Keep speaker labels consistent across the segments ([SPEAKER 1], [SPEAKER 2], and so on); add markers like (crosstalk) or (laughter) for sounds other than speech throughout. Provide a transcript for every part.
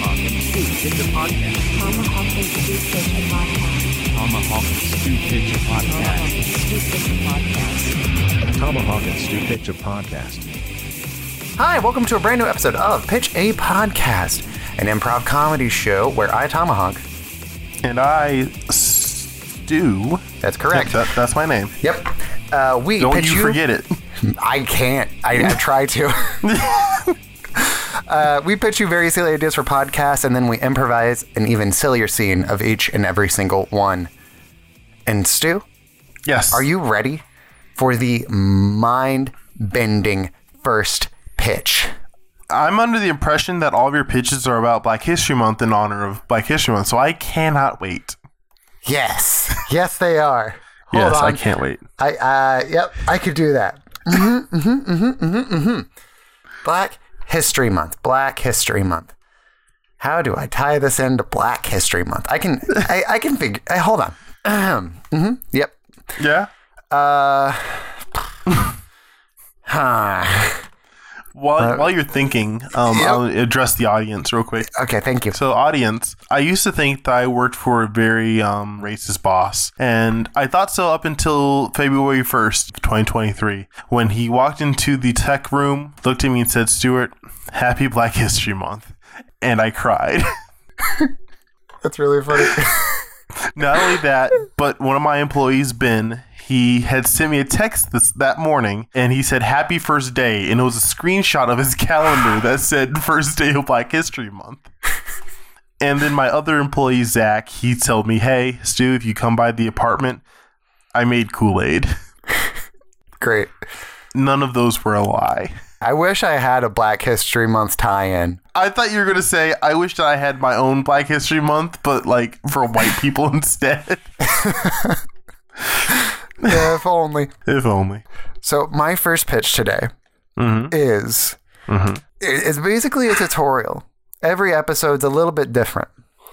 [SPEAKER 1] It's a podcast.
[SPEAKER 2] Tomahawk and Stew Pitcher Podcast.
[SPEAKER 1] Tomahawk and Stew
[SPEAKER 2] Tomahawk and Stew Pitcher Podcast.
[SPEAKER 1] Pitcher podcast.
[SPEAKER 3] Tomahawk and Stu Pitcher podcast.
[SPEAKER 4] Hi, welcome to a brand new episode of Pitch a Podcast, an improv comedy show where I tomahawk.
[SPEAKER 5] And I, Stu.
[SPEAKER 4] That's correct.
[SPEAKER 5] That, that's my name.
[SPEAKER 4] Yep. Uh, we
[SPEAKER 5] Don't
[SPEAKER 4] pitch
[SPEAKER 5] you
[SPEAKER 4] (laughs)
[SPEAKER 5] forget it.
[SPEAKER 4] I can't. I, I
[SPEAKER 5] (laughs)
[SPEAKER 4] try to. uh, we pitch you very silly ideas for podcasts, and then we improvise an even sillier scene of each and every single one. And Stu,
[SPEAKER 5] Yes.
[SPEAKER 4] are you ready for the mind-bending first pitch?
[SPEAKER 5] I'm under the impression that all of your pitches are about Black History Month in honor of Black History Month, so I cannot wait.
[SPEAKER 4] Yes. Yes, they are. Hold
[SPEAKER 5] yes, I
[SPEAKER 4] on.
[SPEAKER 5] can't wait.
[SPEAKER 4] I uh yep, I could do that. Mm-hmm, mm-hmm, mm-hmm, mm-hmm. Black History Month. Black History Month. How do I tie this into Black History Month? I can I, I can figure I, hold on. Ahem. Mhm. Yep. (sighs)
[SPEAKER 5] Yeah.
[SPEAKER 4] Huh.
[SPEAKER 5] While,
[SPEAKER 4] Uh,
[SPEAKER 5] while you're thinking, um, I'll address the audience real quick.
[SPEAKER 4] Okay, thank you.
[SPEAKER 5] So, audience, I used to think that I worked for a very um, racist boss, and I thought so up until February 1st, 2023, when he walked into the tech room, looked at me, and said, Stuart, happy Black History Month. And I cried. (laughs)
[SPEAKER 4] That's really funny.
[SPEAKER 5] Not only that, but one of my employees, Ben, he had sent me a text this, that morning, and he said, Happy first day. And it was a screenshot of his (laughs) calendar that said, First day of Black History Month. And then my other employee, Zach, he told me, Hey, Stu, if you come by the apartment, I made Kool Aid.
[SPEAKER 4] (laughs) Great.
[SPEAKER 5] (laughs) None of those were a lie.
[SPEAKER 4] I wish I had a Black History Month (laughs) tie-in.
[SPEAKER 5] I thought you were going to say, I wish that I had my own Black History Month, but like for white people (laughs) instead.
[SPEAKER 4] if only.
[SPEAKER 5] if only.
[SPEAKER 4] So my first pitch today
[SPEAKER 5] Mm-hmm.
[SPEAKER 4] is it- it's basically a tutorial. Every episode's a little bit different,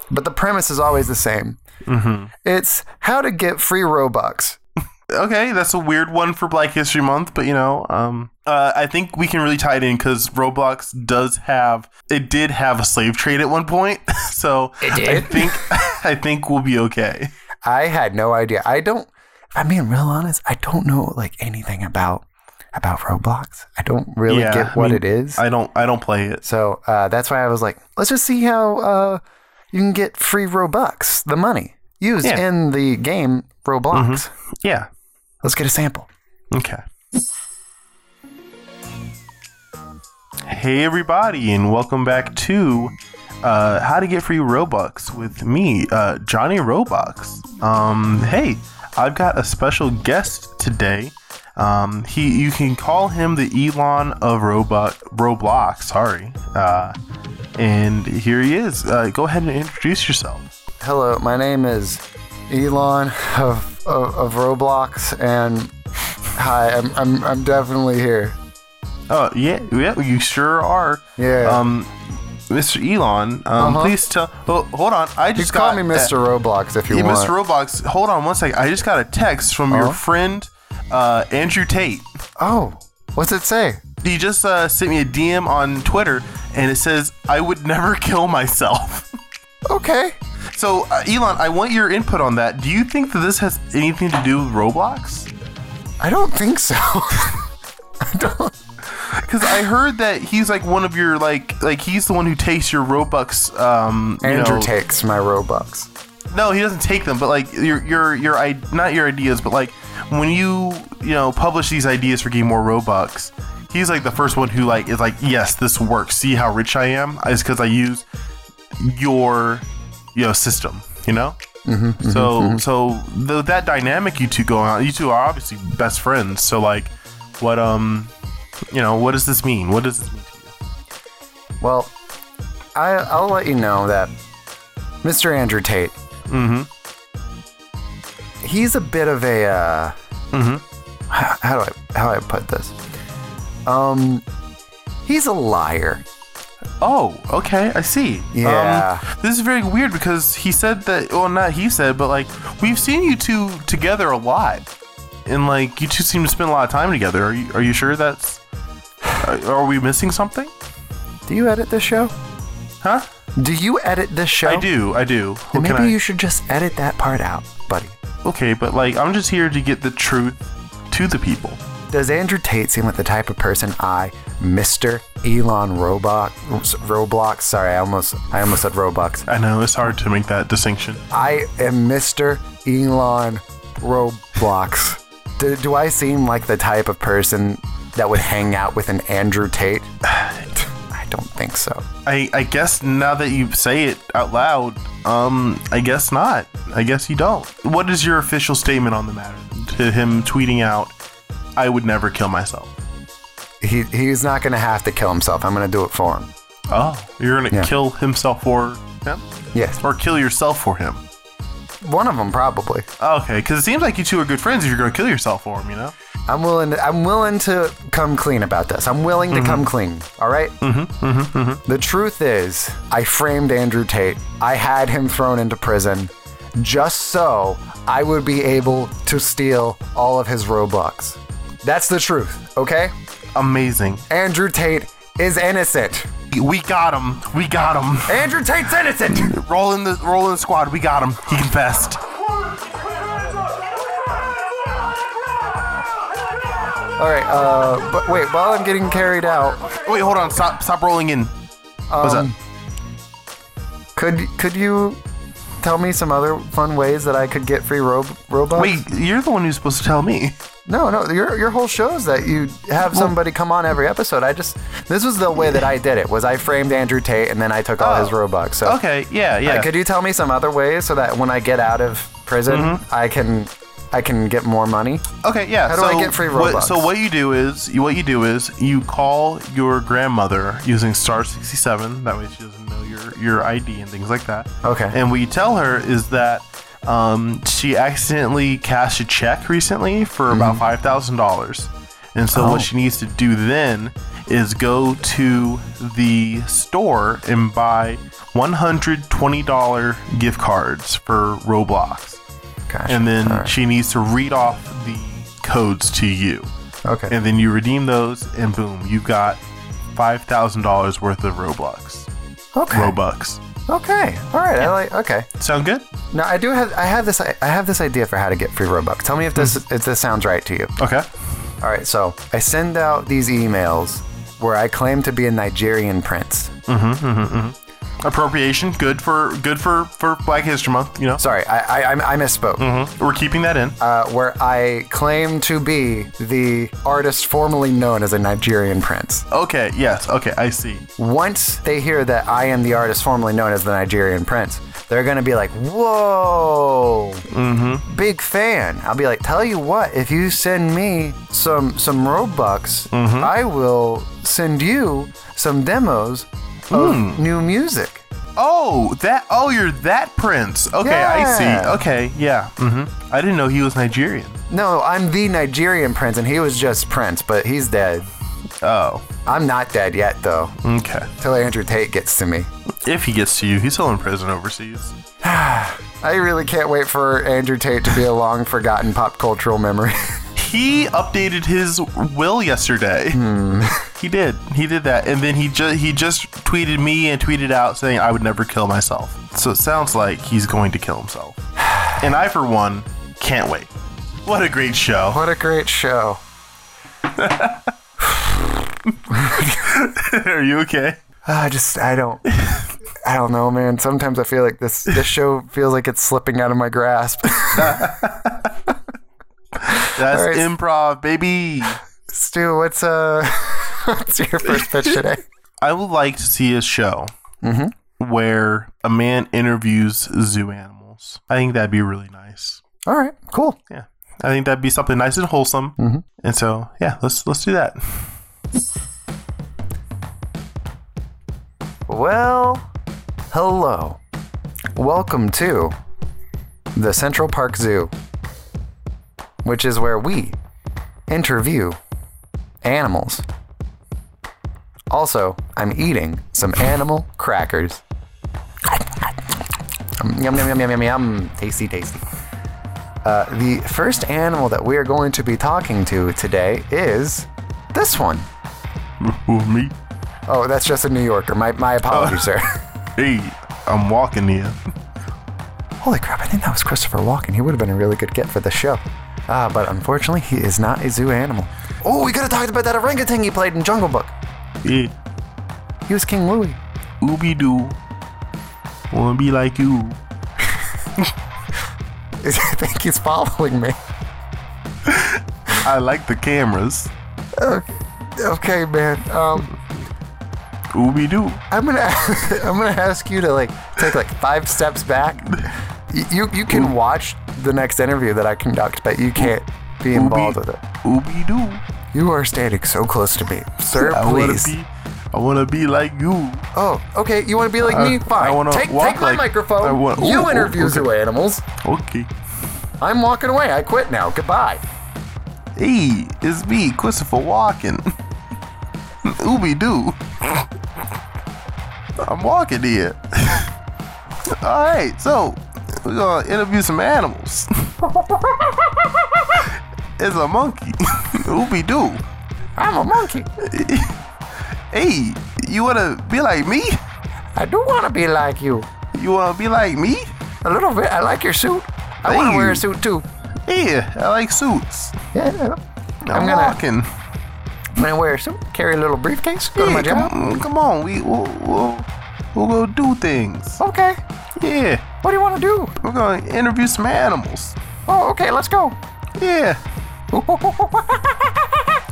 [SPEAKER 4] but the premise is always the same.
[SPEAKER 5] Mm-hmm.
[SPEAKER 4] It's how to get free Robux.
[SPEAKER 5] okay, that's a weird one for Black History Month, but you know, um, uh, I think we can really tie it in because Roblox does have it did have a slave trade at one point, (laughs) so it did? I think (laughs) I think we'll be okay.
[SPEAKER 4] I had no idea. I don't. If I'm being real honest, I don't know like anything about about Roblox. I don't really get
[SPEAKER 5] I
[SPEAKER 4] what
[SPEAKER 5] mean,
[SPEAKER 4] it is.
[SPEAKER 5] I don't I don't play it.
[SPEAKER 4] so uh, that's why I was like, let's just see how uh, you can get free Robux, the money used
[SPEAKER 5] Yeah. Mm-hmm.
[SPEAKER 4] in the game Roblox.
[SPEAKER 5] Yeah.
[SPEAKER 4] Let's get a sample.
[SPEAKER 5] Okay. Hey everybody, and welcome back to uh, How to Get Free Robux with me, uh, Johnny Robux. Um, hey, I've got a special guest today. Um, he, you can call him the Elon of Robux. Roblox. Sorry. Uh, and here he is. Uh, go ahead and introduce yourself.
[SPEAKER 4] Hello, my name is Elon of, of, of Roblox, and hi, I'm, I'm, I'm definitely here.
[SPEAKER 5] Oh yeah, yeah, you sure are.
[SPEAKER 4] Yeah. Uh-huh.
[SPEAKER 5] Um, Mr. Elon, um, please tell. Oh, hold on, I
[SPEAKER 4] You
[SPEAKER 5] just
[SPEAKER 4] can call
[SPEAKER 5] got
[SPEAKER 4] me Mr. Roblox if you
[SPEAKER 5] Yeah,
[SPEAKER 4] want.
[SPEAKER 5] Mr. Roblox, hold on one second. I just got a text from
[SPEAKER 4] Uh-huh.
[SPEAKER 5] your friend uh, Andrew Tate.
[SPEAKER 4] oh, what's it say?
[SPEAKER 5] He just uh, sent me a DM on Twitter, and it says, "I would never (laughs) kill myself." (laughs)
[SPEAKER 4] Okay.
[SPEAKER 5] so, uh, Elon, I want your input on that. Do you think that this has anything to do with Roblox?
[SPEAKER 4] I don't think so. (laughs) I don't.
[SPEAKER 5] Because I heard that he's like one of your like like he's the one who takes your Robux. Um, you
[SPEAKER 4] Andrew
[SPEAKER 5] know-
[SPEAKER 4] takes my Robux.
[SPEAKER 5] No, he doesn't take them, but like your your your i not your ideas, but like when you you know publish these ideas for getting more robux, he's like the first one who like is like, yes, this works. See how rich I am? It's because I use your you know system. You know. so so the, that dynamic you two going on, you two are obviously best friends. So like, what um, you know, what does this mean? What does this mean?
[SPEAKER 4] Well, I, I'll let you know that Mr. Andrew Tate.
[SPEAKER 5] Mm-hmm.
[SPEAKER 4] He's a bit of a. Uh,
[SPEAKER 5] Mm-hmm.
[SPEAKER 4] how, how do I how do I put this? Um, he's a liar.
[SPEAKER 5] Oh, okay, I see.
[SPEAKER 4] Yeah.
[SPEAKER 5] Um, this is very weird because he said that, well, not he said, but like, we've seen you two together a lot. And like, you two seem to spend a lot of time together. Are you, uh, are you sure that's. Are, are we missing something?
[SPEAKER 4] Do you edit this show?
[SPEAKER 5] Huh?
[SPEAKER 4] Do you edit this show?
[SPEAKER 5] I do. I
[SPEAKER 4] Then
[SPEAKER 5] do. What can
[SPEAKER 4] maybe
[SPEAKER 5] I-
[SPEAKER 4] you should just edit that part out, buddy.
[SPEAKER 5] okay, but like I'm just here to get the truth to the people.
[SPEAKER 4] Does Andrew Tate seem like the type of person I, Mister Elon Roblox, Roblox? Sorry, I almost, I almost said Robux.
[SPEAKER 5] I know it's hard to make that distinction.
[SPEAKER 4] I am Mister Elon Roblox. Do, do I seem like the type of person that would hang out with an Andrew Tate? (sighs) I don't think so.
[SPEAKER 5] I I guess now that you say it out loud, um, I guess not. I guess you don't. What is your official statement on the matter? To him tweeting out, "I would never kill myself."
[SPEAKER 4] He, he's not going to have to kill himself. I'm going to do it for him.
[SPEAKER 5] Oh, you're gonna
[SPEAKER 4] Yeah.
[SPEAKER 5] kill himself for him,
[SPEAKER 4] Yes,
[SPEAKER 5] or kill yourself for him?
[SPEAKER 4] one of them probably.
[SPEAKER 5] Okay, because it seems like you two are good friends. If you're gonna kill yourself for him, you know.
[SPEAKER 4] I'm willing. To, I'm willing to come clean about this. I'm willing to come clean. All right? The truth is, I framed Andrew Tate. I had him thrown into prison, just so I would be able to steal all of his Robux. That's the truth. Okay?
[SPEAKER 5] Amazing.
[SPEAKER 4] Andrew Tate is innocent.
[SPEAKER 5] We got him. We got him.
[SPEAKER 4] Andrew Tate's innocent.
[SPEAKER 5] (laughs) Rolling the rolling the squad. We got him. He confessed.
[SPEAKER 4] all right. Uh, but wait. While I'm getting carried out,
[SPEAKER 5] Wait, hold on. Stop. Stop rolling in. What's up?
[SPEAKER 4] could could you? Tell me some other fun ways that I could get free rob- Robux.
[SPEAKER 5] Wait, you're the one who's supposed to tell me.
[SPEAKER 4] No, no, your your whole show's that you have somebody come on every episode. I just this was the way that I did it was I framed Andrew Tate and then I took all
[SPEAKER 5] Oh.
[SPEAKER 4] his Robux. So
[SPEAKER 5] Okay. Yeah. Yeah.
[SPEAKER 4] Uh, could you tell me some other ways so that when I get out of prison,
[SPEAKER 5] Mm-hmm.
[SPEAKER 4] I can I can get more money?
[SPEAKER 5] Okay, yeah.
[SPEAKER 4] How do
[SPEAKER 5] so
[SPEAKER 4] I get free
[SPEAKER 5] what-
[SPEAKER 4] Robux?
[SPEAKER 5] so what you do is you- what you do is you call your grandmother using star sixty seven. That way she doesn't know your your ID and things like that.
[SPEAKER 4] Okay.
[SPEAKER 5] And what you tell her is that um, she accidentally cashed a check recently for
[SPEAKER 4] Mm-hmm.
[SPEAKER 5] about five thousand dollars, and so
[SPEAKER 4] Oh.
[SPEAKER 5] what she needs to do then is go to the store and buy one hundred twenty dollar gift cards for Roblox
[SPEAKER 4] Gosh.
[SPEAKER 5] and then
[SPEAKER 4] All right.
[SPEAKER 5] she needs to read off the codes to you.
[SPEAKER 4] okay.
[SPEAKER 5] And then you redeem those, and boom, you got five thousand dollars worth of Robux.
[SPEAKER 4] okay.
[SPEAKER 5] Robux.
[SPEAKER 4] Okay. All right. I like. Okay.
[SPEAKER 5] Sound good?
[SPEAKER 4] Now I do have I have this I have this idea for how to get free Robux. Tell me if this
[SPEAKER 5] Mm-hmm.
[SPEAKER 4] if this sounds right to you.
[SPEAKER 5] Okay.
[SPEAKER 4] All right, so I send out these emails where I claim to be a Nigerian prince.
[SPEAKER 5] Appropriation, good for good for for Black History Month. You know, Mm-hmm.
[SPEAKER 4] Sorry, I I, I misspoke.
[SPEAKER 5] we're keeping that in.
[SPEAKER 4] uh, where I claim to be the artist formerly known as a Nigerian prince.
[SPEAKER 5] Okay. Yes. Okay. I see.
[SPEAKER 4] Once they hear that I am the artist formerly known as the Nigerian prince, they're gonna be like, "Whoa, big fan." I'll be like, "Tell you what, if you send me some some Robux, I will send you some demos of new music."
[SPEAKER 5] Oh, that. Oh, you're that prince. Okay.
[SPEAKER 4] Yeah.
[SPEAKER 5] I see. Okay. Yeah. Mm-hmm. I didn't know he was Nigerian.
[SPEAKER 4] No, I'm the Nigerian prince, and he was just prince, but he's dead.
[SPEAKER 5] Oh.
[SPEAKER 4] I'm not dead yet, though.
[SPEAKER 5] Okay.
[SPEAKER 4] Till Andrew Tate gets to me.
[SPEAKER 5] If he gets to you, he's still in prison overseas.
[SPEAKER 4] I really can't wait for Andrew Tate to be a long forgotten pop cultural memory. (laughs)
[SPEAKER 5] He updated his will yesterday. (laughs) He did. He did that, and then he just he just tweeted me and tweeted out saying I would never kill myself. So it sounds like he's going to kill himself. (sighs) And I, for one, can't wait. What a great show! (laughs)
[SPEAKER 4] what a great show.
[SPEAKER 5] Are you okay?
[SPEAKER 4] Ah, I just I don't I don't know, man. Sometimes I feel like this this show feels like it's slipping out of my grasp. (laughs)
[SPEAKER 5] That's
[SPEAKER 4] All right.
[SPEAKER 5] improv, baby.
[SPEAKER 4] Stu, what's uh (laughs) what's your first pitch today?
[SPEAKER 5] I would like to see a show where a man interviews zoo animals. I think that'd be really nice.
[SPEAKER 4] (laughs) All right, cool.
[SPEAKER 5] Yeah, I think that'd be something nice and wholesome. And so, yeah, let's let's do that.
[SPEAKER 4] Well, hello. Welcome to the Central Park Zoo, which is where we interview animals. Also, I'm eating some animal crackers. Um, Yum, yum, yum, yum, yum, yum. Tasty, tasty. Uh, the first animal that we are going to be talking to today is this one.
[SPEAKER 5] Who, me?
[SPEAKER 4] Oh, that's just a New Yorker. My, my apologies, sir. (laughs)
[SPEAKER 5] hey, I'm walking to you.
[SPEAKER 4] Holy crap, I think that was Christopher Walken. He would have been a really good get for the show. Ah, but unfortunately, he is not a zoo animal. Oh, we could have talked about that orangutan he played in Jungle Book.
[SPEAKER 5] Yeah,
[SPEAKER 4] He was King Louie. (laughs)
[SPEAKER 5] ooby doo. Wanna be like you?
[SPEAKER 4] I think he's following me.
[SPEAKER 5] I like the cameras.
[SPEAKER 4] Okay, man. Um,
[SPEAKER 5] Ooby doo.
[SPEAKER 4] I'm gonna (laughs) I'm gonna ask you to like take like five steps back. Y- You you can watch the next interview that I conduct, but you can't be involved with it.
[SPEAKER 5] Ooby doo.
[SPEAKER 4] You are standing so close to me, sir.
[SPEAKER 5] I wanna
[SPEAKER 4] Please.
[SPEAKER 5] be. I wanna be like you.
[SPEAKER 4] Oh, okay. You want to be like me?
[SPEAKER 5] Uh, I-
[SPEAKER 4] Fine.
[SPEAKER 5] I wanna
[SPEAKER 4] take
[SPEAKER 5] walk
[SPEAKER 4] take my
[SPEAKER 5] like- I
[SPEAKER 4] microphone.
[SPEAKER 5] wa-
[SPEAKER 4] you
[SPEAKER 5] ooh,
[SPEAKER 4] interview
[SPEAKER 5] ooh,
[SPEAKER 4] zoo animals.
[SPEAKER 5] Okay.
[SPEAKER 4] I'm walking away. I quit now. Goodbye.
[SPEAKER 5] Hey, it's me, Christopher Walken. (laughs) Ooby doo. I'm walking here. (laughs) Alright, so we're gonna interview some animals. (laughs) it's a monkey. (laughs) Ooby doo.
[SPEAKER 4] I'm a monkey.
[SPEAKER 5] Hey, you wanna be like me?
[SPEAKER 4] I do want to be like you
[SPEAKER 5] You wanna be like me?
[SPEAKER 4] a little bit. I like your suit. I want to
[SPEAKER 5] Hey.
[SPEAKER 4] wear a suit too.
[SPEAKER 5] Yeah, I like suits.
[SPEAKER 4] Yeah.
[SPEAKER 5] I'm,
[SPEAKER 4] I'm gonna-
[SPEAKER 5] walking.
[SPEAKER 4] I'm gonna wear a suit. Carry a little briefcase. Go to
[SPEAKER 5] Yeah,
[SPEAKER 4] my
[SPEAKER 5] come,
[SPEAKER 4] job.
[SPEAKER 5] on, come on, we we'll, we'll, we'll go do things.
[SPEAKER 4] Okay.
[SPEAKER 5] Yeah,
[SPEAKER 4] What do you want to do?
[SPEAKER 5] we're gonna interview some animals.
[SPEAKER 4] Oh, okay. Let's go. (laughs)
[SPEAKER 5] Yeah.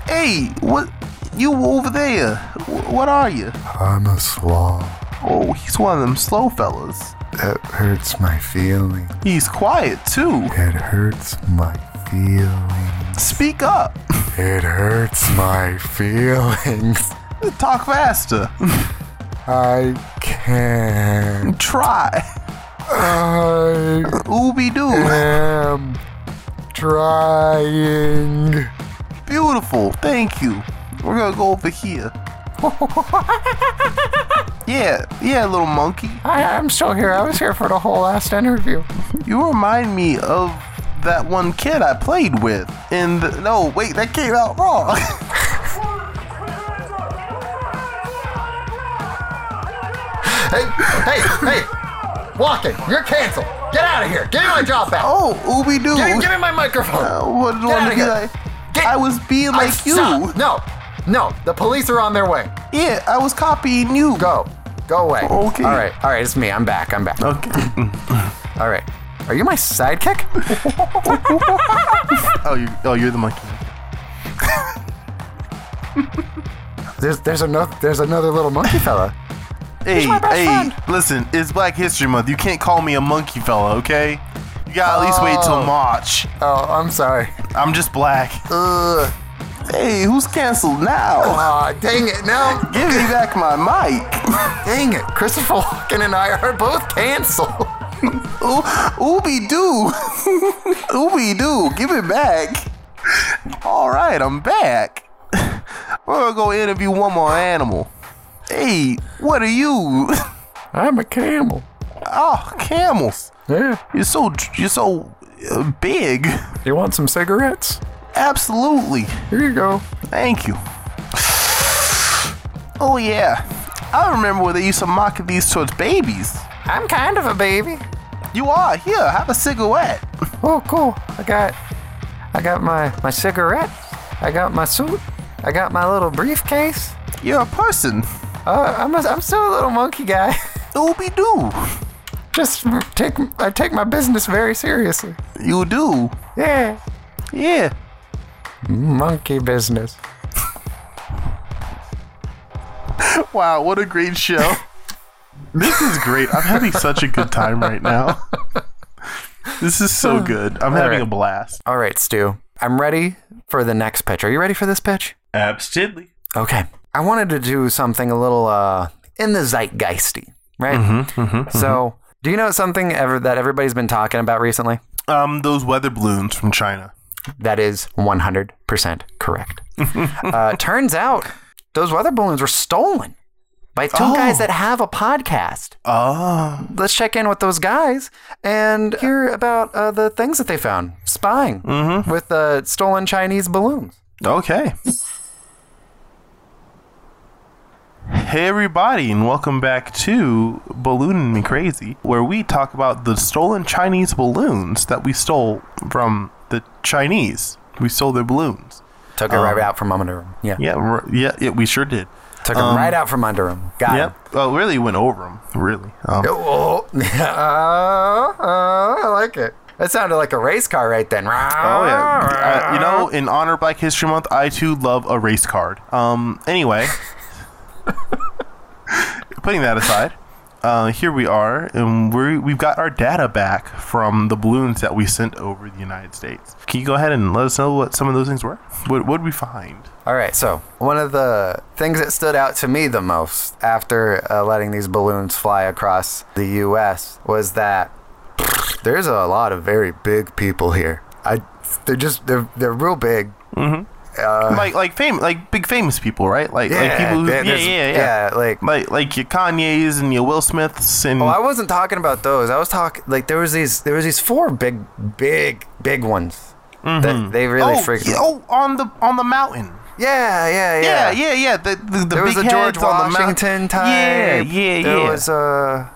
[SPEAKER 5] Hey, what? You over there? Wh- What are you?
[SPEAKER 4] I'm a swab.
[SPEAKER 5] Oh, he's one of them slow fellas.
[SPEAKER 4] That hurts my feelings.
[SPEAKER 5] He's quiet too.
[SPEAKER 4] It hurts my feelings.
[SPEAKER 5] Speak up. (laughs)
[SPEAKER 4] It hurts my (laughs) feelings.
[SPEAKER 5] Talk faster. (laughs)
[SPEAKER 4] I can't.
[SPEAKER 5] Try. (laughs)
[SPEAKER 4] I
[SPEAKER 5] Ooby doo.
[SPEAKER 4] am trying.
[SPEAKER 5] Beautiful. Thank you. We're gonna go over here. (laughs) yeah, yeah, little monkey.
[SPEAKER 4] I, I'm still here. I was here for the whole last interview.
[SPEAKER 5] You remind me of that one kid I played with. In the, no, wait, that came out wrong. (laughs)
[SPEAKER 4] Hey, hey, hey! Walking, you're canceled. Get out of here. Give me my job back.
[SPEAKER 5] oh, Ooby doo.
[SPEAKER 4] Give, give me my microphone.
[SPEAKER 5] Uh, I wouldn't
[SPEAKER 4] Get
[SPEAKER 5] want
[SPEAKER 4] outta
[SPEAKER 5] to be
[SPEAKER 4] here.
[SPEAKER 5] like.
[SPEAKER 4] Get-
[SPEAKER 5] I was being
[SPEAKER 4] I-
[SPEAKER 5] like you.
[SPEAKER 4] stop. No, no. The police are on their way.
[SPEAKER 5] Yeah, I was copying you.
[SPEAKER 4] Go, go away.
[SPEAKER 5] Okay.
[SPEAKER 4] All right, all right. It's me. I'm back. I'm back.
[SPEAKER 5] Okay.
[SPEAKER 4] All right. Are you my sidekick?
[SPEAKER 5] oh, you. Oh, you're the monkey.
[SPEAKER 4] There's there's another there's another little monkey fella.
[SPEAKER 5] Hey,
[SPEAKER 4] my best
[SPEAKER 5] hey.
[SPEAKER 4] friend.
[SPEAKER 5] Listen, it's Black History Month. You can't call me a monkey fella, okay? You gotta at least wait till
[SPEAKER 4] Oh.
[SPEAKER 5] March.
[SPEAKER 4] Oh, I'm sorry.
[SPEAKER 5] I'm just black.
[SPEAKER 4] Ugh.
[SPEAKER 5] Hey, who's canceled now?
[SPEAKER 4] Aw, dang it! Now,
[SPEAKER 5] Give me back my mic.
[SPEAKER 4] dang it! Christopher Walken and I are both canceled.
[SPEAKER 5] Ooh, Ooby (laughs) doo. Ooby doo. Give it back. All right, I'm back. (laughs) We're gonna go interview one more animal. Hey, what are you? (laughs)
[SPEAKER 4] I'm a camel.
[SPEAKER 5] Oh, camels.
[SPEAKER 4] Yeah.
[SPEAKER 5] You're so you're so uh, big.
[SPEAKER 4] You want some cigarettes?
[SPEAKER 5] Absolutely.
[SPEAKER 4] Here you go.
[SPEAKER 5] Thank you. (sighs) Oh yeah. I remember when they used to mock these towards babies.
[SPEAKER 4] I'm kind of a baby.
[SPEAKER 5] You are here. Have a cigarette.
[SPEAKER 4] Oh, cool. I got, I got my my cigarette. I got my suit. I got my little briefcase.
[SPEAKER 5] You're a person.
[SPEAKER 4] Uh, I'm a, I'm still a little monkey guy. (laughs)
[SPEAKER 5] Ooby doo.
[SPEAKER 4] Just take I take my business very seriously.
[SPEAKER 5] You do.
[SPEAKER 4] Yeah.
[SPEAKER 5] Yeah.
[SPEAKER 4] Monkey business.
[SPEAKER 5] Wow, what a great show. (laughs) this is great. I'm having such a good time right now. This is so good. I'm having
[SPEAKER 4] right.
[SPEAKER 5] a blast.
[SPEAKER 4] All right, Stu. I'm ready for the next pitch. Are you ready for this pitch?
[SPEAKER 1] Absolutely.
[SPEAKER 4] Okay. I wanted to do something a little uh in the zeitgeisty, right? mm-hmm, so, do you know something ever that everybody's been talking about recently?
[SPEAKER 5] Um, those weather balloons from China.
[SPEAKER 4] That is 100% (laughs) correct. uh, turns out those weather balloons were stolen by two
[SPEAKER 5] Oh.
[SPEAKER 4] guys that have a podcast.
[SPEAKER 5] Oh,
[SPEAKER 4] Let's check in with those guys and hear about uh, the things that they found spying with uh, stolen Chinese balloons.
[SPEAKER 5] okay. Hey everybody, and welcome back to Ballooning Me Crazy, where we talk about the stolen Chinese balloons that we stole from the Chinese. We stole their balloons.
[SPEAKER 4] Took it right out from under him. Um, Yeah. um,
[SPEAKER 5] Yeah, we're- yeah, yeah we sure did.
[SPEAKER 4] Took him right out from under him. Got him.
[SPEAKER 5] Yep. Oh, really went over them. Really. Um,
[SPEAKER 4] Oh, (laughs) oh, I like it. That sounded like a race car right then.
[SPEAKER 5] Oh yeah, uh, you know, in honor of Black History Month, I too love a race card. Um, (laughs) anyway, putting that aside, uh, here we are, and we we've got our data back from the balloons that we sent over the United States. Can you go ahead and let us know what some of those things were? What what did we find?
[SPEAKER 4] All right, so one of the things that stood out to me the most after uh, letting these balloons fly across the U.S. was that there's a lot of very big people here. I, they're just they're they're real big.
[SPEAKER 5] like like fame, like big famous people, right? Like like people, who,
[SPEAKER 4] there-
[SPEAKER 5] Uh, yeah, yeah,
[SPEAKER 4] there's-
[SPEAKER 5] yeah,
[SPEAKER 4] yeah, like.
[SPEAKER 5] Like like your Kanye's and your Will Smiths and
[SPEAKER 4] Well, I wasn't talking about those. I was talking like there was these there was these four big big big ones that they really
[SPEAKER 5] oh,
[SPEAKER 4] freaked.
[SPEAKER 5] yeah, oh on the on the mountain.
[SPEAKER 4] Yeah, yeah, yeah.
[SPEAKER 5] Yeah, yeah, yeah. The, the, the
[SPEAKER 4] There was
[SPEAKER 5] big
[SPEAKER 4] a George
[SPEAKER 5] heads on the mount-
[SPEAKER 4] Washington type.
[SPEAKER 5] Yeah, yeah,
[SPEAKER 4] There
[SPEAKER 5] yeah.
[SPEAKER 4] was a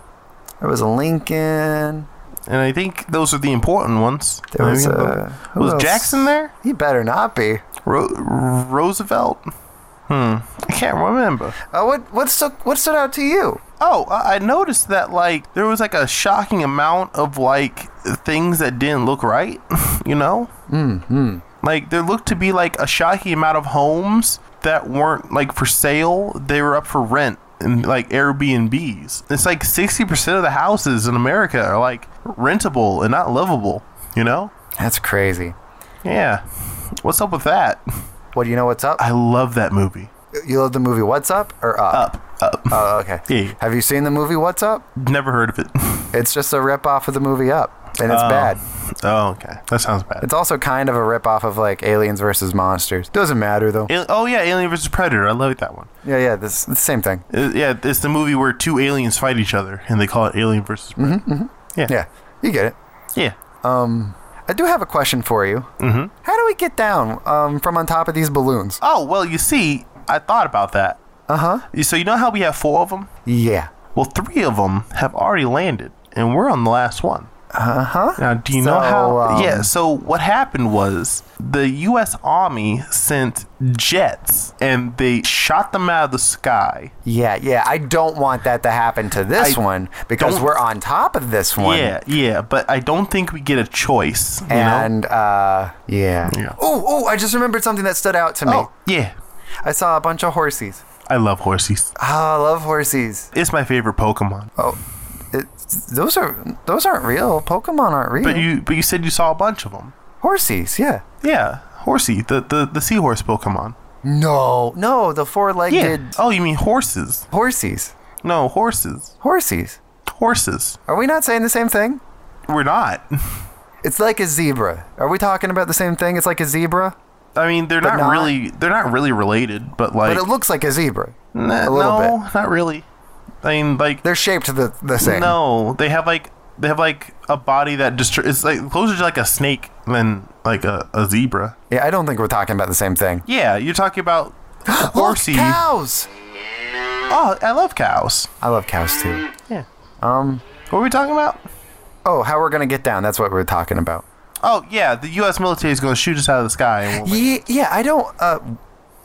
[SPEAKER 4] there was a Lincoln.
[SPEAKER 5] and I think those are the important ones.
[SPEAKER 4] There
[SPEAKER 5] I
[SPEAKER 4] was,
[SPEAKER 5] mean,
[SPEAKER 4] uh, who
[SPEAKER 5] was
[SPEAKER 4] else?
[SPEAKER 5] Jackson there?
[SPEAKER 4] He better not be.
[SPEAKER 5] Ro- Roosevelt? Hmm. I can't remember.
[SPEAKER 4] Uh, what what stood what stood out to you?
[SPEAKER 5] Oh, I I noticed that like there was like a shocking amount of like things that didn't look right, (laughs) you know? Mm-hmm. Like there looked to be like a shocking amount of homes that weren't like for sale, they were up for rent and like Airbnbs. It's like 60% of the houses in America are like rentable and not livable, you know?
[SPEAKER 4] That's crazy.
[SPEAKER 5] Yeah. What's up with that?
[SPEAKER 4] What do you know? What's up?
[SPEAKER 5] I love that movie.
[SPEAKER 4] You love the movie What's Up or Up?
[SPEAKER 5] Up, up.
[SPEAKER 4] Oh, okay.
[SPEAKER 5] (laughs) Yeah.
[SPEAKER 4] Have you seen the movie What's Up?
[SPEAKER 5] Never heard of it. (laughs)
[SPEAKER 4] It's just a rip off of the movie Up, and it's bad.
[SPEAKER 5] oh, okay. That sounds bad.
[SPEAKER 4] It's also kind of a rip off of like Aliens versus Monsters. Doesn't matter though.
[SPEAKER 5] Al- oh yeah, Alien vs Predator. I love that one.
[SPEAKER 4] Yeah, yeah. This the same thing.
[SPEAKER 5] Uh, yeah, it's the movie where two aliens fight each other, and they call it Alien vs
[SPEAKER 4] Mm-hmm.
[SPEAKER 5] Predator.
[SPEAKER 4] Yeah, you get it.
[SPEAKER 5] Yeah.
[SPEAKER 4] I do have a question for you. Mm-hmm. How do we get down um, from on top of these balloons?
[SPEAKER 5] Oh well, you see, I thought about that.
[SPEAKER 4] Uh huh.
[SPEAKER 5] You- So you know how we have four of them?
[SPEAKER 4] Yeah.
[SPEAKER 5] Well, three of them have already landed, and we're on the last one. Uh huh. Now, do you know
[SPEAKER 4] Uh-huh. So,
[SPEAKER 5] how?
[SPEAKER 4] um,
[SPEAKER 5] yeah. So what happened was the U.S. Army sent jets, and they shot them out of the sky.
[SPEAKER 4] Yeah, yeah. I don't want that to happen to this
[SPEAKER 5] I
[SPEAKER 4] one because
[SPEAKER 5] don't-
[SPEAKER 4] we're on top of this one.
[SPEAKER 5] Yeah, yeah. But I don't think we get a choice. You know?
[SPEAKER 4] And uh, yeah.
[SPEAKER 5] Yeah.
[SPEAKER 4] Oh, oh! I just remembered something that stood out to me.
[SPEAKER 5] Oh yeah.
[SPEAKER 4] I saw a bunch of horsies.
[SPEAKER 5] I love horses.
[SPEAKER 4] Oh, I love horsies.
[SPEAKER 5] It's my favorite Pokemon.
[SPEAKER 4] Oh, it, those are those aren't real. Pokemon aren't real.
[SPEAKER 5] But you but you said you saw a bunch of them.
[SPEAKER 4] horsies, yeah.
[SPEAKER 5] Yeah, horsey, the the, the seahorse Pokemon.
[SPEAKER 4] No, no, the four-legged
[SPEAKER 5] Yeah. Oh, you mean horses?
[SPEAKER 4] horsies,
[SPEAKER 5] No, horses,
[SPEAKER 4] horsies.
[SPEAKER 5] horses.
[SPEAKER 4] Are we not saying the same thing?
[SPEAKER 5] We're not. (laughs)
[SPEAKER 4] It's like a zebra. Are we talking about the same thing? It's like a zebra,
[SPEAKER 5] I mean, they're not,
[SPEAKER 4] not-
[SPEAKER 5] really they're not really related, but like
[SPEAKER 4] but it looks like a zebra.
[SPEAKER 5] nah,
[SPEAKER 4] a little
[SPEAKER 5] no, not really. I mean, like
[SPEAKER 4] They're shaped the the same.
[SPEAKER 5] no, they have like they have like a body that just it's like closer to like a snake than like a, a zebra.
[SPEAKER 4] Yeah, I don't think we're talking about the same thing.
[SPEAKER 5] Yeah, you're talking about
[SPEAKER 4] (gasps)
[SPEAKER 5] horsey.
[SPEAKER 4] Look, cows.
[SPEAKER 5] Oh, I love cows.
[SPEAKER 4] I love cows too.
[SPEAKER 5] Yeah. Um, what were we talking about?
[SPEAKER 4] Oh, how we're gonna get down? That's what we're talking about.
[SPEAKER 5] Oh yeah, the U.S. military is going to shoot us out of the sky. And we'll,
[SPEAKER 4] Yeah, yeah. I don't. Uh,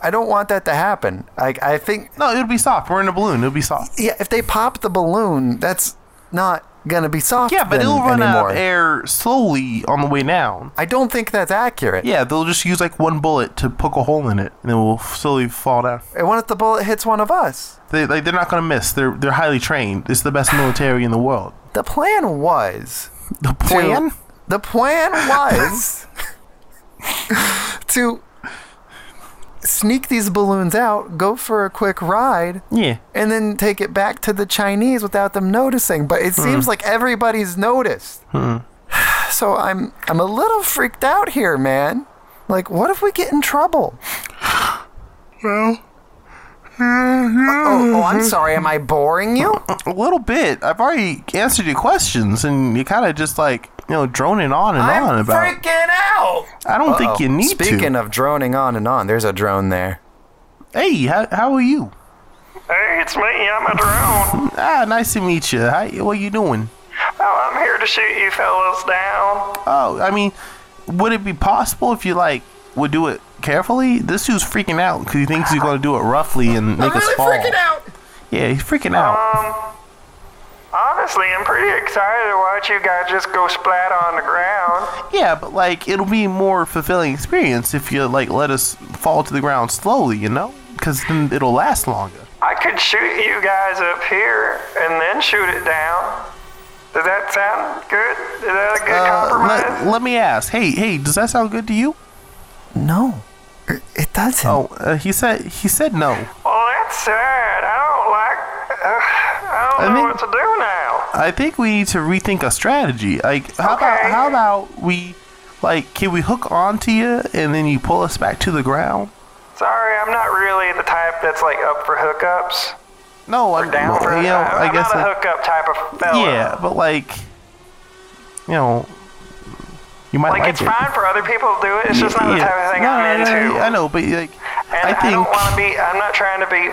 [SPEAKER 4] I don't want that to happen. Like, I think.
[SPEAKER 5] no, it'll be soft. We're in a balloon. It'll be soft.
[SPEAKER 4] Yeah, if they pop the balloon, that's not gonna be soft.
[SPEAKER 5] Yeah, but
[SPEAKER 4] then
[SPEAKER 5] it'll run
[SPEAKER 4] anymore.
[SPEAKER 5] out of air slowly on the way down.
[SPEAKER 4] I don't think that's accurate.
[SPEAKER 5] Yeah, they'll just use like one bullet to poke a hole in it, and then we'll slowly fall down.
[SPEAKER 4] And what if the bullet hits one of us?
[SPEAKER 5] They like they're not going to miss. They're they're highly trained. It's the best military in the world.
[SPEAKER 4] The plan was.
[SPEAKER 5] The
[SPEAKER 4] to-
[SPEAKER 5] plan.
[SPEAKER 4] the plan was to sneak these balloons out, go for a quick ride,
[SPEAKER 5] Yeah.
[SPEAKER 4] and then take it back to the Chinese without them noticing. But it seems
[SPEAKER 5] Hmm.
[SPEAKER 4] like everybody's noticed. (sighs) So I'm I'm a little freaked out here, man. Like, what if we get in
[SPEAKER 5] (sighs)
[SPEAKER 4] trouble? Well. Oh, oh, I'm sorry. Am I boring you?
[SPEAKER 5] A little bit. I've already answered your questions, and you kind of just like you know droning on and on
[SPEAKER 4] I'm
[SPEAKER 5] about.
[SPEAKER 4] freaking out.
[SPEAKER 5] I don't think you need
[SPEAKER 4] Oh, Speaking
[SPEAKER 5] to.
[SPEAKER 4] of droning on and on, there's a drone there.
[SPEAKER 5] hey, how, how are you?
[SPEAKER 6] Hey, it's me, I'm a drone.
[SPEAKER 5] Ah, nice to meet you. How, what you doing?
[SPEAKER 6] Oh, I'm here to shoot you fellas down.
[SPEAKER 5] Oh, I mean, would it be possible if you like would do it carefully? This dude's freaking out because he thinks he's gonna do it roughly and make us fall.
[SPEAKER 4] out.
[SPEAKER 5] Yeah, he's freaking out.
[SPEAKER 6] Honestly, I'm pretty excited to watch you guys just go splat on the ground.
[SPEAKER 5] Yeah, but like it'll be more fulfilling experience if you like let us fall to the ground slowly, you know? Because then it'll last longer.
[SPEAKER 6] I could shoot you guys up here and then shoot it down. Does that sound good? Is that a good
[SPEAKER 5] Uh,
[SPEAKER 6] compromise?
[SPEAKER 5] let, let me ask. Hey, hey, does that sound good to you?
[SPEAKER 4] No, it, it doesn't.
[SPEAKER 5] Oh, uh, he said he said no.
[SPEAKER 6] well, that's sad. I don't like. (sighs) Uh, I don't
[SPEAKER 5] I
[SPEAKER 6] know
[SPEAKER 5] mean-
[SPEAKER 6] what to do now.
[SPEAKER 5] I think we need to rethink a strategy. Like, how
[SPEAKER 6] Okay.
[SPEAKER 5] about how about we, like, can we hook onto you and then you pull us back to the ground?
[SPEAKER 6] Sorry, I'm not really the type that's like up for hookups.
[SPEAKER 5] No, I'm
[SPEAKER 6] Down for
[SPEAKER 5] You know,
[SPEAKER 6] hookups.
[SPEAKER 5] I
[SPEAKER 6] I'm
[SPEAKER 5] guess.
[SPEAKER 6] not a
[SPEAKER 5] I-
[SPEAKER 6] hookup type of fella.
[SPEAKER 5] yeah, but like, you know, you might
[SPEAKER 6] Like,
[SPEAKER 5] like,
[SPEAKER 6] it's
[SPEAKER 5] it.
[SPEAKER 6] fine for other people to do it. It's just not the
[SPEAKER 5] Yeah.
[SPEAKER 6] type of thing
[SPEAKER 5] No,
[SPEAKER 6] I'm
[SPEAKER 5] no, no,
[SPEAKER 6] into.
[SPEAKER 5] I know, but like,
[SPEAKER 6] And
[SPEAKER 5] I
[SPEAKER 6] I,
[SPEAKER 5] think
[SPEAKER 6] don't want to be. I'm not trying to be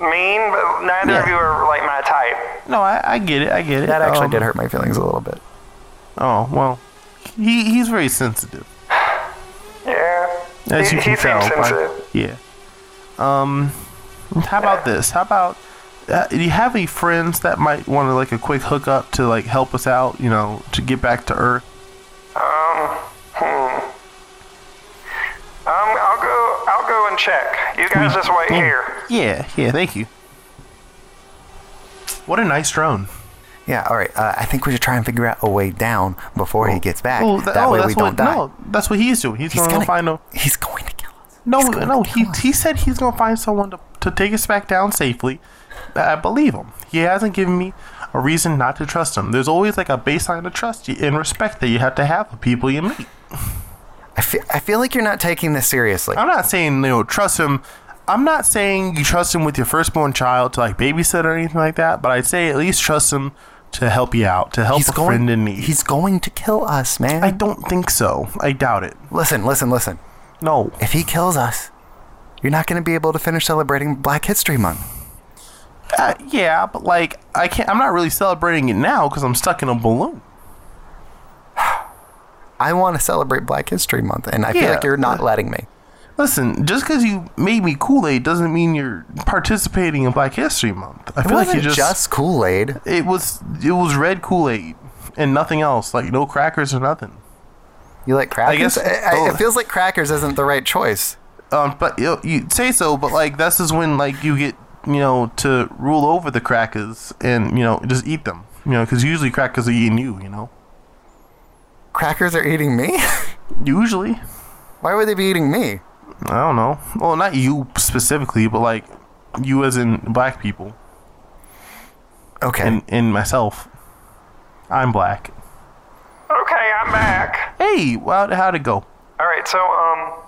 [SPEAKER 6] mean, but neither of
[SPEAKER 5] Yeah.
[SPEAKER 6] you are like my type.
[SPEAKER 5] no, I, I get it, I get it.
[SPEAKER 4] that actually
[SPEAKER 5] Um,
[SPEAKER 4] did hurt my feelings a little bit.
[SPEAKER 5] Oh well, he he's very sensitive.
[SPEAKER 6] Yeah.
[SPEAKER 5] As
[SPEAKER 6] he
[SPEAKER 5] you
[SPEAKER 6] he
[SPEAKER 5] can tell.
[SPEAKER 6] seems
[SPEAKER 5] by-
[SPEAKER 6] sensitive.
[SPEAKER 5] yeah. Um, how about this? How about uh, do you have any friends that might want to like a quick hookup to like help us out? You know, to get back to Earth.
[SPEAKER 6] Um, I'll go. I'll go and check. You guys just wait
[SPEAKER 5] Yeah.
[SPEAKER 6] here.
[SPEAKER 5] Yeah, yeah. Thank you. What a nice drone.
[SPEAKER 4] Yeah, all right. Uh, I think we should try and figure out a way down before he gets back.
[SPEAKER 5] Oh,
[SPEAKER 4] that
[SPEAKER 5] that, oh
[SPEAKER 4] way we
[SPEAKER 5] that's
[SPEAKER 4] don't
[SPEAKER 5] what.
[SPEAKER 4] die.
[SPEAKER 5] No, that's what he's doing. He's,
[SPEAKER 4] he's
[SPEAKER 5] going
[SPEAKER 4] gonna
[SPEAKER 5] to find a.
[SPEAKER 4] He's going to kill us.
[SPEAKER 5] No,
[SPEAKER 4] He's gonna
[SPEAKER 5] no. He
[SPEAKER 4] kill us.
[SPEAKER 5] he said he's going to find someone to to take us back down safely. I believe him. He hasn't given me a reason not to trust him. There's always like a baseline of trust you- and respect that you have to have with people you meet.
[SPEAKER 4] I feel, I feel like you're not taking this seriously.
[SPEAKER 5] I'm not saying you know trust him. I'm not saying you trust him with your firstborn child to like babysit or anything like that. But I'd say at least trust him to help you out, to help
[SPEAKER 4] he's
[SPEAKER 5] a
[SPEAKER 4] going.
[SPEAKER 5] friend in need.
[SPEAKER 4] He's going to kill us, man.
[SPEAKER 5] I don't think so. I doubt it.
[SPEAKER 4] listen, listen, listen.
[SPEAKER 5] No.
[SPEAKER 4] If he kills us, you're not going to be able to finish celebrating Black History Month.
[SPEAKER 5] Uh, yeah, but like I can't. I'm not really celebrating it now because I'm stuck in a balloon.
[SPEAKER 4] I want to celebrate Black History Month, and I feel
[SPEAKER 5] Yeah.
[SPEAKER 4] like you're not letting me.
[SPEAKER 5] Listen, just because you made me Kool Aid doesn't mean you're participating in Black History Month. I
[SPEAKER 4] It
[SPEAKER 5] feel like you
[SPEAKER 4] wasn't
[SPEAKER 5] just,
[SPEAKER 4] just, Kool Aid.
[SPEAKER 5] it was it was red Kool Aid and nothing else, like no crackers or nothing.
[SPEAKER 4] You like crackers?
[SPEAKER 5] guess-
[SPEAKER 4] I- I-
[SPEAKER 5] oh.
[SPEAKER 4] It feels like crackers isn't the right choice.
[SPEAKER 5] Um, but you, you say so, but like this is when like you get you know to rule over the crackers and you know just eat them, you know, because usually crackers are eating you, you know.
[SPEAKER 4] Crackers are eating me? (laughs)
[SPEAKER 5] Usually,
[SPEAKER 4] Why would they be eating me?
[SPEAKER 5] I don't know. Well, not you specifically, but like you as in black people
[SPEAKER 4] Okay.
[SPEAKER 5] and and myself. I'm black.
[SPEAKER 6] Okay, I'm back.
[SPEAKER 5] Hey, well, how'd it go?
[SPEAKER 6] All right. So, um,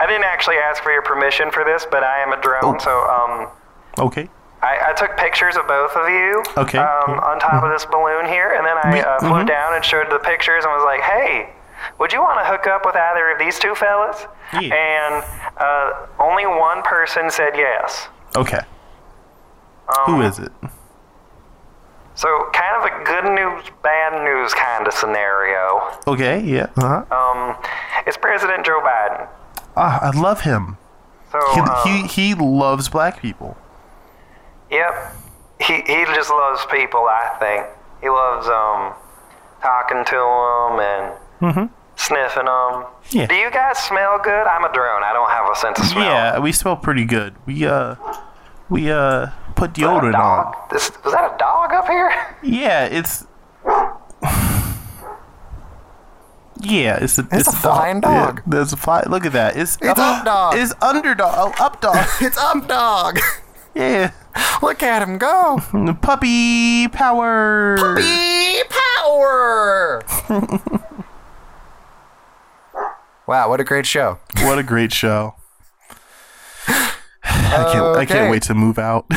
[SPEAKER 6] I didn't actually ask for your permission for this, but I am a drone,
[SPEAKER 5] Oh.
[SPEAKER 6] so um.
[SPEAKER 5] Okay.
[SPEAKER 6] I, I took pictures of both of you
[SPEAKER 5] Okay. Mm-hmm.
[SPEAKER 6] um, on top of this balloon here, and then I
[SPEAKER 5] We-
[SPEAKER 6] uh, flew
[SPEAKER 5] mhm.
[SPEAKER 6] down and showed the pictures and was like, hey, would you want to hook up with either of these two fellas?
[SPEAKER 5] Yeah.
[SPEAKER 6] And uh, only one person said yes.
[SPEAKER 5] Okay. Who is it?
[SPEAKER 6] So, kind of a good news, bad news kind of scenario.
[SPEAKER 5] Okay, yeah. Uh-huh.
[SPEAKER 6] Um, it's President Joe Biden.
[SPEAKER 5] Ah, I love him.
[SPEAKER 6] So,
[SPEAKER 5] He,
[SPEAKER 6] um,
[SPEAKER 5] he he loves black people.
[SPEAKER 6] Yep. He he just loves people. I think he loves um talking to them and sniffing them.
[SPEAKER 5] Mm-hmm. Yeah.
[SPEAKER 6] Do you guys smell good? I'm a drone. I don't have a sense of smell.
[SPEAKER 5] Yeah, we smell pretty good. We uh we uh put
[SPEAKER 6] Is that a
[SPEAKER 5] deodorant
[SPEAKER 6] dog?
[SPEAKER 5] on.
[SPEAKER 6] This, was that a dog up here? (laughs)
[SPEAKER 5] Yeah, it's Yeah, it's a
[SPEAKER 4] It's a flying dog.
[SPEAKER 5] Yeah, there's a fly. Look at that. It's
[SPEAKER 4] It's up dog.
[SPEAKER 5] It's underdog. Oh, up dog.
[SPEAKER 4] It's up, dog. (laughs)
[SPEAKER 5] yeah.
[SPEAKER 4] Look at him
[SPEAKER 5] (laughs)
[SPEAKER 4] go.
[SPEAKER 5] Puppy power.
[SPEAKER 4] E power. wow, what a great show.
[SPEAKER 5] What a great show. I can't, I
[SPEAKER 4] Okay.
[SPEAKER 5] can't wait to move out. (laughs)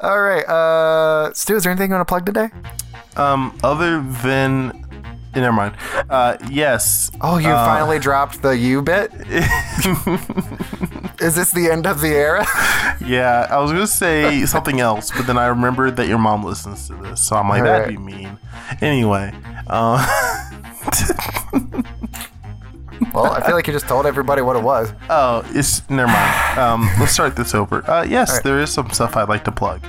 [SPEAKER 4] All right, uh, Stu, is there anything you want to plug today?
[SPEAKER 5] um, other than Never mind. Uh, yes.
[SPEAKER 4] Oh, you
[SPEAKER 5] Uh.
[SPEAKER 4] finally dropped the you
[SPEAKER 5] (laughs)
[SPEAKER 4] bit? Is this the end of the era? (laughs)
[SPEAKER 5] Yeah, I was gonna say something else, but then I remembered that your mom listens to this, so I'm like, that'd be mean. Anyway, uh,
[SPEAKER 4] well, I feel like you just told everybody what it was.
[SPEAKER 5] oh, it's never mind. Um, let's start this over. Uh, yes,
[SPEAKER 4] right.
[SPEAKER 5] there is some stuff I'd like to plug.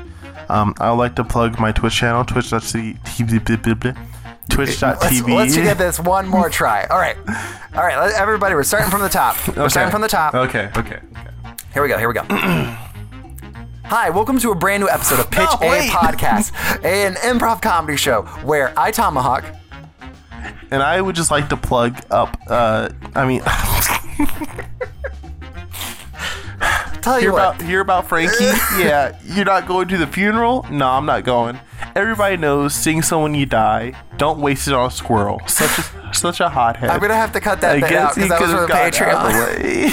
[SPEAKER 5] Um, I would like to plug my Twitch channel, twitch.tv,
[SPEAKER 4] Let's,
[SPEAKER 5] twitch.tv.
[SPEAKER 4] let's give this one more try. All right. All right, let, everybody, we're starting from the top. We're starting from the top.
[SPEAKER 5] Okay, okay. okay.
[SPEAKER 4] Here we go. Here we go. (clears throat) Hi, welcome to a brand new episode of Pitch
[SPEAKER 5] No,
[SPEAKER 4] A
[SPEAKER 5] wait.
[SPEAKER 4] Podcast, an improv comedy show where I, Tomahawk,
[SPEAKER 5] And I would just like to plug up. Uh, I mean, (laughs)
[SPEAKER 4] tell you
[SPEAKER 5] hear
[SPEAKER 4] what.
[SPEAKER 5] about hear about
[SPEAKER 4] (laughs)
[SPEAKER 5] Frankie. yeah, you're not going to the funeral. No, I'm not going. Everybody knows. Seeing someone you die. Don't waste it on a squirrel. Such a, such a hothead.
[SPEAKER 4] I'm going to have to cut that
[SPEAKER 5] I
[SPEAKER 4] bit out
[SPEAKER 5] guess he
[SPEAKER 4] because that was
[SPEAKER 5] could
[SPEAKER 4] for the
[SPEAKER 5] have gotten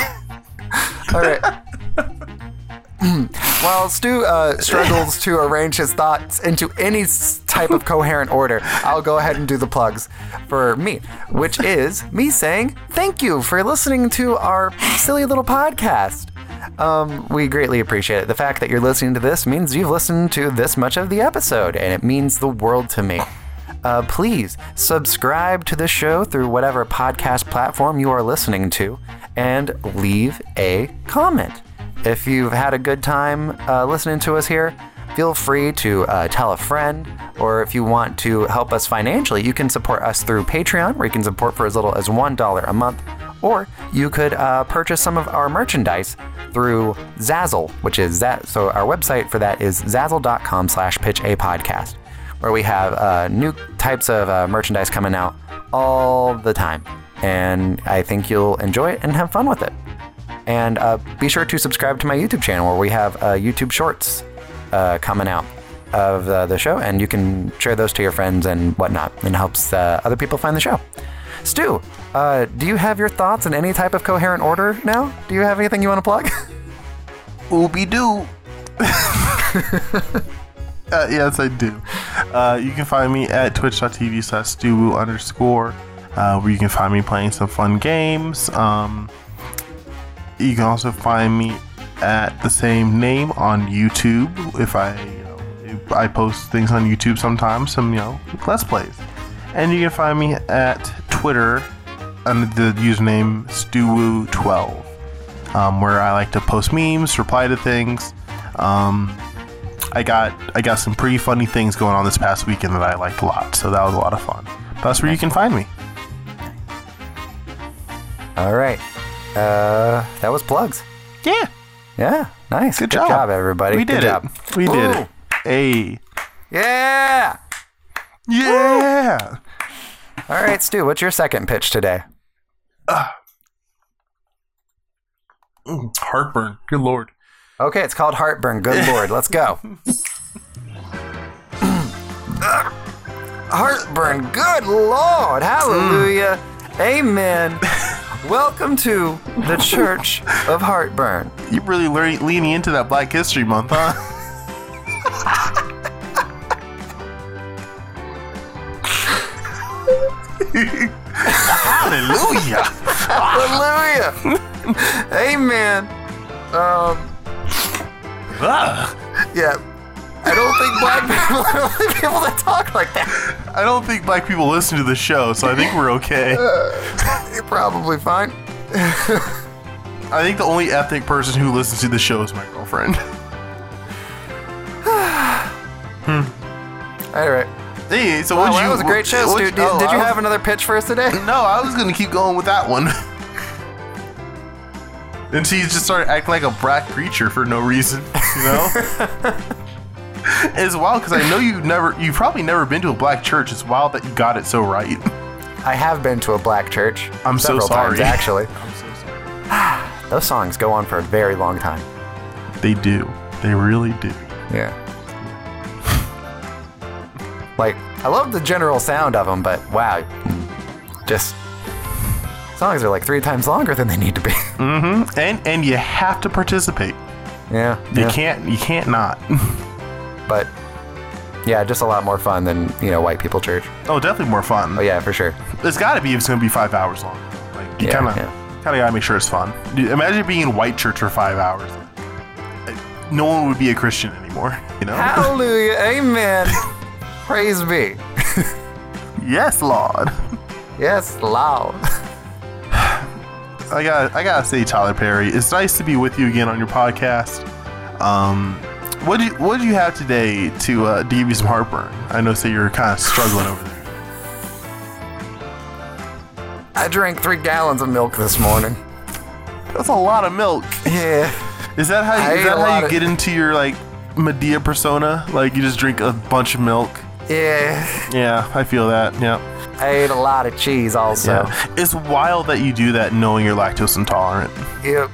[SPEAKER 4] Patreon.
[SPEAKER 5] out of
[SPEAKER 4] (laughs)
[SPEAKER 5] the way.
[SPEAKER 4] All right. (laughs) While Stu uh, struggles to arrange his thoughts into any s- type of coherent order, I'll go ahead and do the plugs for me, which is me saying thank you for listening to our silly little podcast. Um, we greatly appreciate it. The fact that you're listening to this means you've listened to this much of the episode, and it means the world to me. Uh, please subscribe to the show through whatever podcast platform you are listening to and leave a comment. If you've had a good time uh, listening to us here, feel free to uh, tell a friend, or if you want to help us financially, you can support us through Patreon, where you can support for as little as $1 a month, or you could uh, purchase some of our merchandise through Zazzle, which is that. So our website for that is zazzle.com slash pitch a podcast where we have uh, new types of uh, merchandise coming out all the time. And I think you'll enjoy it and have fun with it. And uh, be sure to subscribe to my YouTube channel where we have uh, YouTube shorts uh, coming out of uh, the show. And you can share those to your friends and whatnot. And it helps uh, other people find the show. Stu, uh, do you have your thoughts in any type of coherent order now? Do you have anything you want to plug? (laughs)
[SPEAKER 5] Ooby doo. (laughs) uh, yes, I do. Uh, you can find me at twitch.tv slash stewu underscore, uh, where you can find me playing some fun games. Um, you can also find me at the same name on YouTube if I, you know, if I post things on YouTube sometimes, some, you know, Let's Plays. And you can find me at Twitter under the username stewu12 um, where I like to post memes, reply to things. Um, I got I got some pretty funny things going on this past weekend that I liked a lot, so that was a lot of fun. That's where you can find me.
[SPEAKER 4] all right. Uh, that was plugs.
[SPEAKER 5] Yeah,
[SPEAKER 4] Yeah, nice.
[SPEAKER 5] good, job.
[SPEAKER 4] everybody.
[SPEAKER 5] We did
[SPEAKER 4] Good
[SPEAKER 5] it.
[SPEAKER 4] job.
[SPEAKER 5] We did
[SPEAKER 4] Ooh.
[SPEAKER 5] it. Hey,
[SPEAKER 4] Yeah.
[SPEAKER 5] yeah.
[SPEAKER 4] All right, Stu, what's your second pitch today?
[SPEAKER 5] Mm, Heartburn. Good lord.
[SPEAKER 4] Okay, it's called Heartburn. Good lord, let's go. Heartburn. Good lord. Hallelujah. Amen. Welcome to the Church of Heartburn.
[SPEAKER 5] You really le- leaning into that Black History Month, huh? (laughs) Hallelujah.
[SPEAKER 4] Hallelujah. Amen.
[SPEAKER 5] Ugh.
[SPEAKER 4] Yeah. I don't think black people are the only people that talk like that.
[SPEAKER 5] I don't think black people listen to the show, so I think we're
[SPEAKER 4] (laughs)
[SPEAKER 5] okay.
[SPEAKER 4] You're probably fine.
[SPEAKER 5] I think the only ethnic person who listens to the show is my girlfriend. (laughs)
[SPEAKER 4] All right.
[SPEAKER 5] Hey, so
[SPEAKER 4] Wow,
[SPEAKER 5] what'd
[SPEAKER 4] well,
[SPEAKER 5] you?
[SPEAKER 4] that was a great show,
[SPEAKER 5] what-
[SPEAKER 4] Stu.
[SPEAKER 5] what'd-
[SPEAKER 4] Did, did
[SPEAKER 5] oh,
[SPEAKER 4] you
[SPEAKER 5] I
[SPEAKER 4] have
[SPEAKER 5] was-
[SPEAKER 4] another pitch for us today?
[SPEAKER 5] (laughs) No, I was gonna keep going with that one. (laughs) and she just started acting like a black creature for no reason, you know.
[SPEAKER 4] (laughs)
[SPEAKER 5] it's wild because I know you've never, you've probably never been to a black church. It's wild that you got it so right. (laughs)
[SPEAKER 4] I have been to a black church.
[SPEAKER 5] I'm so
[SPEAKER 4] several
[SPEAKER 5] sorry.
[SPEAKER 4] Times,
[SPEAKER 5] (laughs)
[SPEAKER 4] actually. (sighs) Those songs go on for a very long time.
[SPEAKER 5] They do. They really do.
[SPEAKER 4] Yeah. (laughs) like, I love the general sound of them, but wow. Just. Songs are like three times longer than they need to be. (laughs)
[SPEAKER 5] And and you have to participate.
[SPEAKER 4] yeah.
[SPEAKER 5] You
[SPEAKER 4] yeah.
[SPEAKER 5] can't. You can't not.
[SPEAKER 4] But Yeah, just a lot more fun than, you know, white people church.
[SPEAKER 5] (laughs) Oh, definitely more fun.
[SPEAKER 4] But yeah, for
[SPEAKER 5] (laughs)
[SPEAKER 4] sure.
[SPEAKER 5] It's got to be if it's going to be five hours long. Like you
[SPEAKER 4] Yeah,
[SPEAKER 5] kind of
[SPEAKER 4] yeah.
[SPEAKER 5] kind of got to make sure it's fun. Dude, imagine being in white church for five hours. No one would be a Christian anymore. You know?
[SPEAKER 4] Hallelujah. Amen. Praise be.
[SPEAKER 5] yes, Lord.
[SPEAKER 4] Yes, loud.
[SPEAKER 5] I got I gotta say, Tyler Perry, it's nice to be with you again on your podcast. Um, what did you, what did you have today to uh, to give you some heartburn? I know, so you're kind of struggling over there.
[SPEAKER 4] (laughs) I drank three gallons of milk this morning.
[SPEAKER 5] That's a lot of milk.
[SPEAKER 4] Yeah.
[SPEAKER 5] Is that how
[SPEAKER 4] I
[SPEAKER 5] you, is
[SPEAKER 4] ate
[SPEAKER 5] that
[SPEAKER 4] a
[SPEAKER 5] how
[SPEAKER 4] lot
[SPEAKER 5] you
[SPEAKER 4] of-
[SPEAKER 5] get into your like Medea persona? Like you just drink a bunch of milk.
[SPEAKER 4] Yeah.
[SPEAKER 5] Yeah, I feel that. Yeah.
[SPEAKER 4] I ate a lot of cheese also.
[SPEAKER 5] Yeah. It's wild that you do that knowing you're lactose intolerant.
[SPEAKER 4] Yep.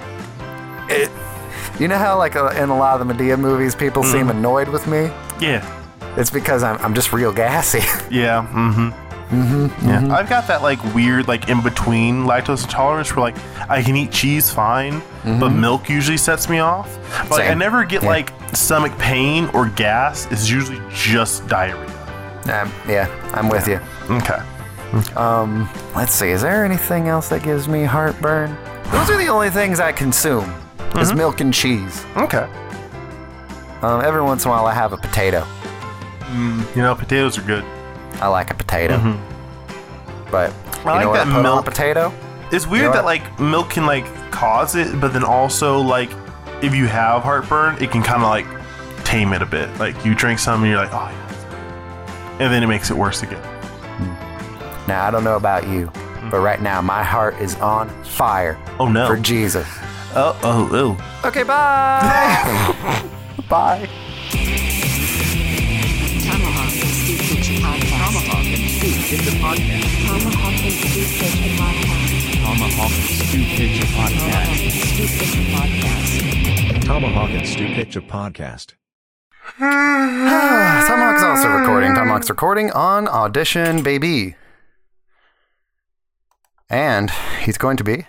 [SPEAKER 4] It. You know how, like, uh, in a lot of the Medea movies, people
[SPEAKER 5] Mm-hmm.
[SPEAKER 4] seem annoyed with me?
[SPEAKER 5] Yeah.
[SPEAKER 4] It's because I'm, I'm just real gassy. (laughs)
[SPEAKER 5] Yeah. Mm-hmm. Mm-hmm, yeah. I've got that like weird like in between lactose intolerance where like I can eat cheese fine, but milk usually sets me off. But like, I
[SPEAKER 4] Same.
[SPEAKER 5] never get
[SPEAKER 4] Yeah.
[SPEAKER 5] like stomach pain or gas. It's usually just diarrhea.
[SPEAKER 4] um, yeah, I'm with you.
[SPEAKER 5] Okay.
[SPEAKER 4] Um, let's see. Is there anything else that gives me heartburn? Those are the only things I consume. Is
[SPEAKER 5] Mm-hmm.
[SPEAKER 4] milk and cheese.
[SPEAKER 5] Okay.
[SPEAKER 4] Um, every once in a while, I have a potato.
[SPEAKER 5] You know, potatoes are good.
[SPEAKER 4] I like a potato. But you
[SPEAKER 5] Mm-hmm. like
[SPEAKER 4] know what
[SPEAKER 5] that
[SPEAKER 4] I put on a
[SPEAKER 5] milk.
[SPEAKER 4] potato?
[SPEAKER 5] It's weird
[SPEAKER 4] know
[SPEAKER 5] that
[SPEAKER 4] what?
[SPEAKER 5] like milk can like cause it, but then also like if you have heartburn, it can kind of like tame it a bit. Like you drink some and you're like, oh yeah, and then it makes it worse again.
[SPEAKER 4] Now I don't know about you, but right now my heart is on fire.
[SPEAKER 5] Oh, no.
[SPEAKER 4] For Jesus.
[SPEAKER 5] Oh oh oh.
[SPEAKER 4] Okay, bye.
[SPEAKER 5] Bye.
[SPEAKER 2] Tomahawk and Stew Kitchen Podcast.
[SPEAKER 1] Tomahawk and Stew Pitcher Podcast.
[SPEAKER 2] Tomahawk and Stew Kitchen Podcast.
[SPEAKER 1] Tomahawk and Stew
[SPEAKER 2] Tomahawk and Stew Kitchen
[SPEAKER 1] Pitcher Podcast.
[SPEAKER 2] Podcast.
[SPEAKER 3] Tomahawk and Stew Pitcher Podcast.
[SPEAKER 4] Tomahawk's also recording. Tomahawk's recording on Audition Baby. And he's going to be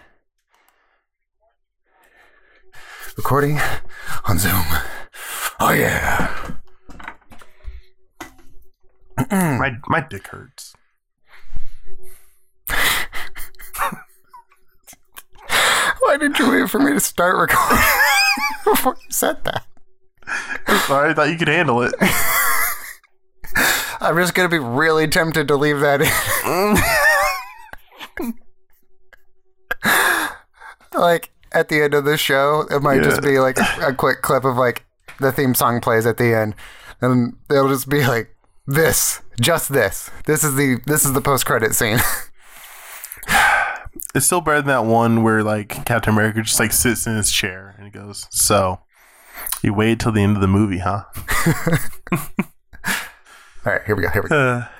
[SPEAKER 4] recording on Zoom. Oh, yeah.
[SPEAKER 5] Hmm. my my dick hurts.
[SPEAKER 4] Why did you wait for me to start recording (laughs) before you said that?
[SPEAKER 5] Sorry, I thought you could handle it.
[SPEAKER 4] I'm just going to be really tempted to leave that in. (laughs) like, at the end of the show, it might just
[SPEAKER 5] Yeah.
[SPEAKER 4] be like a quick clip of like the theme song plays at the end. And it'll just be like this, just this. This is the this is the post credit scene.
[SPEAKER 5] It's still better than that one where like Captain America just like sits in his chair and he goes, "So, you waited till the end of the movie, huh?"
[SPEAKER 4] All right, here we go. Here we go.
[SPEAKER 5] Uh,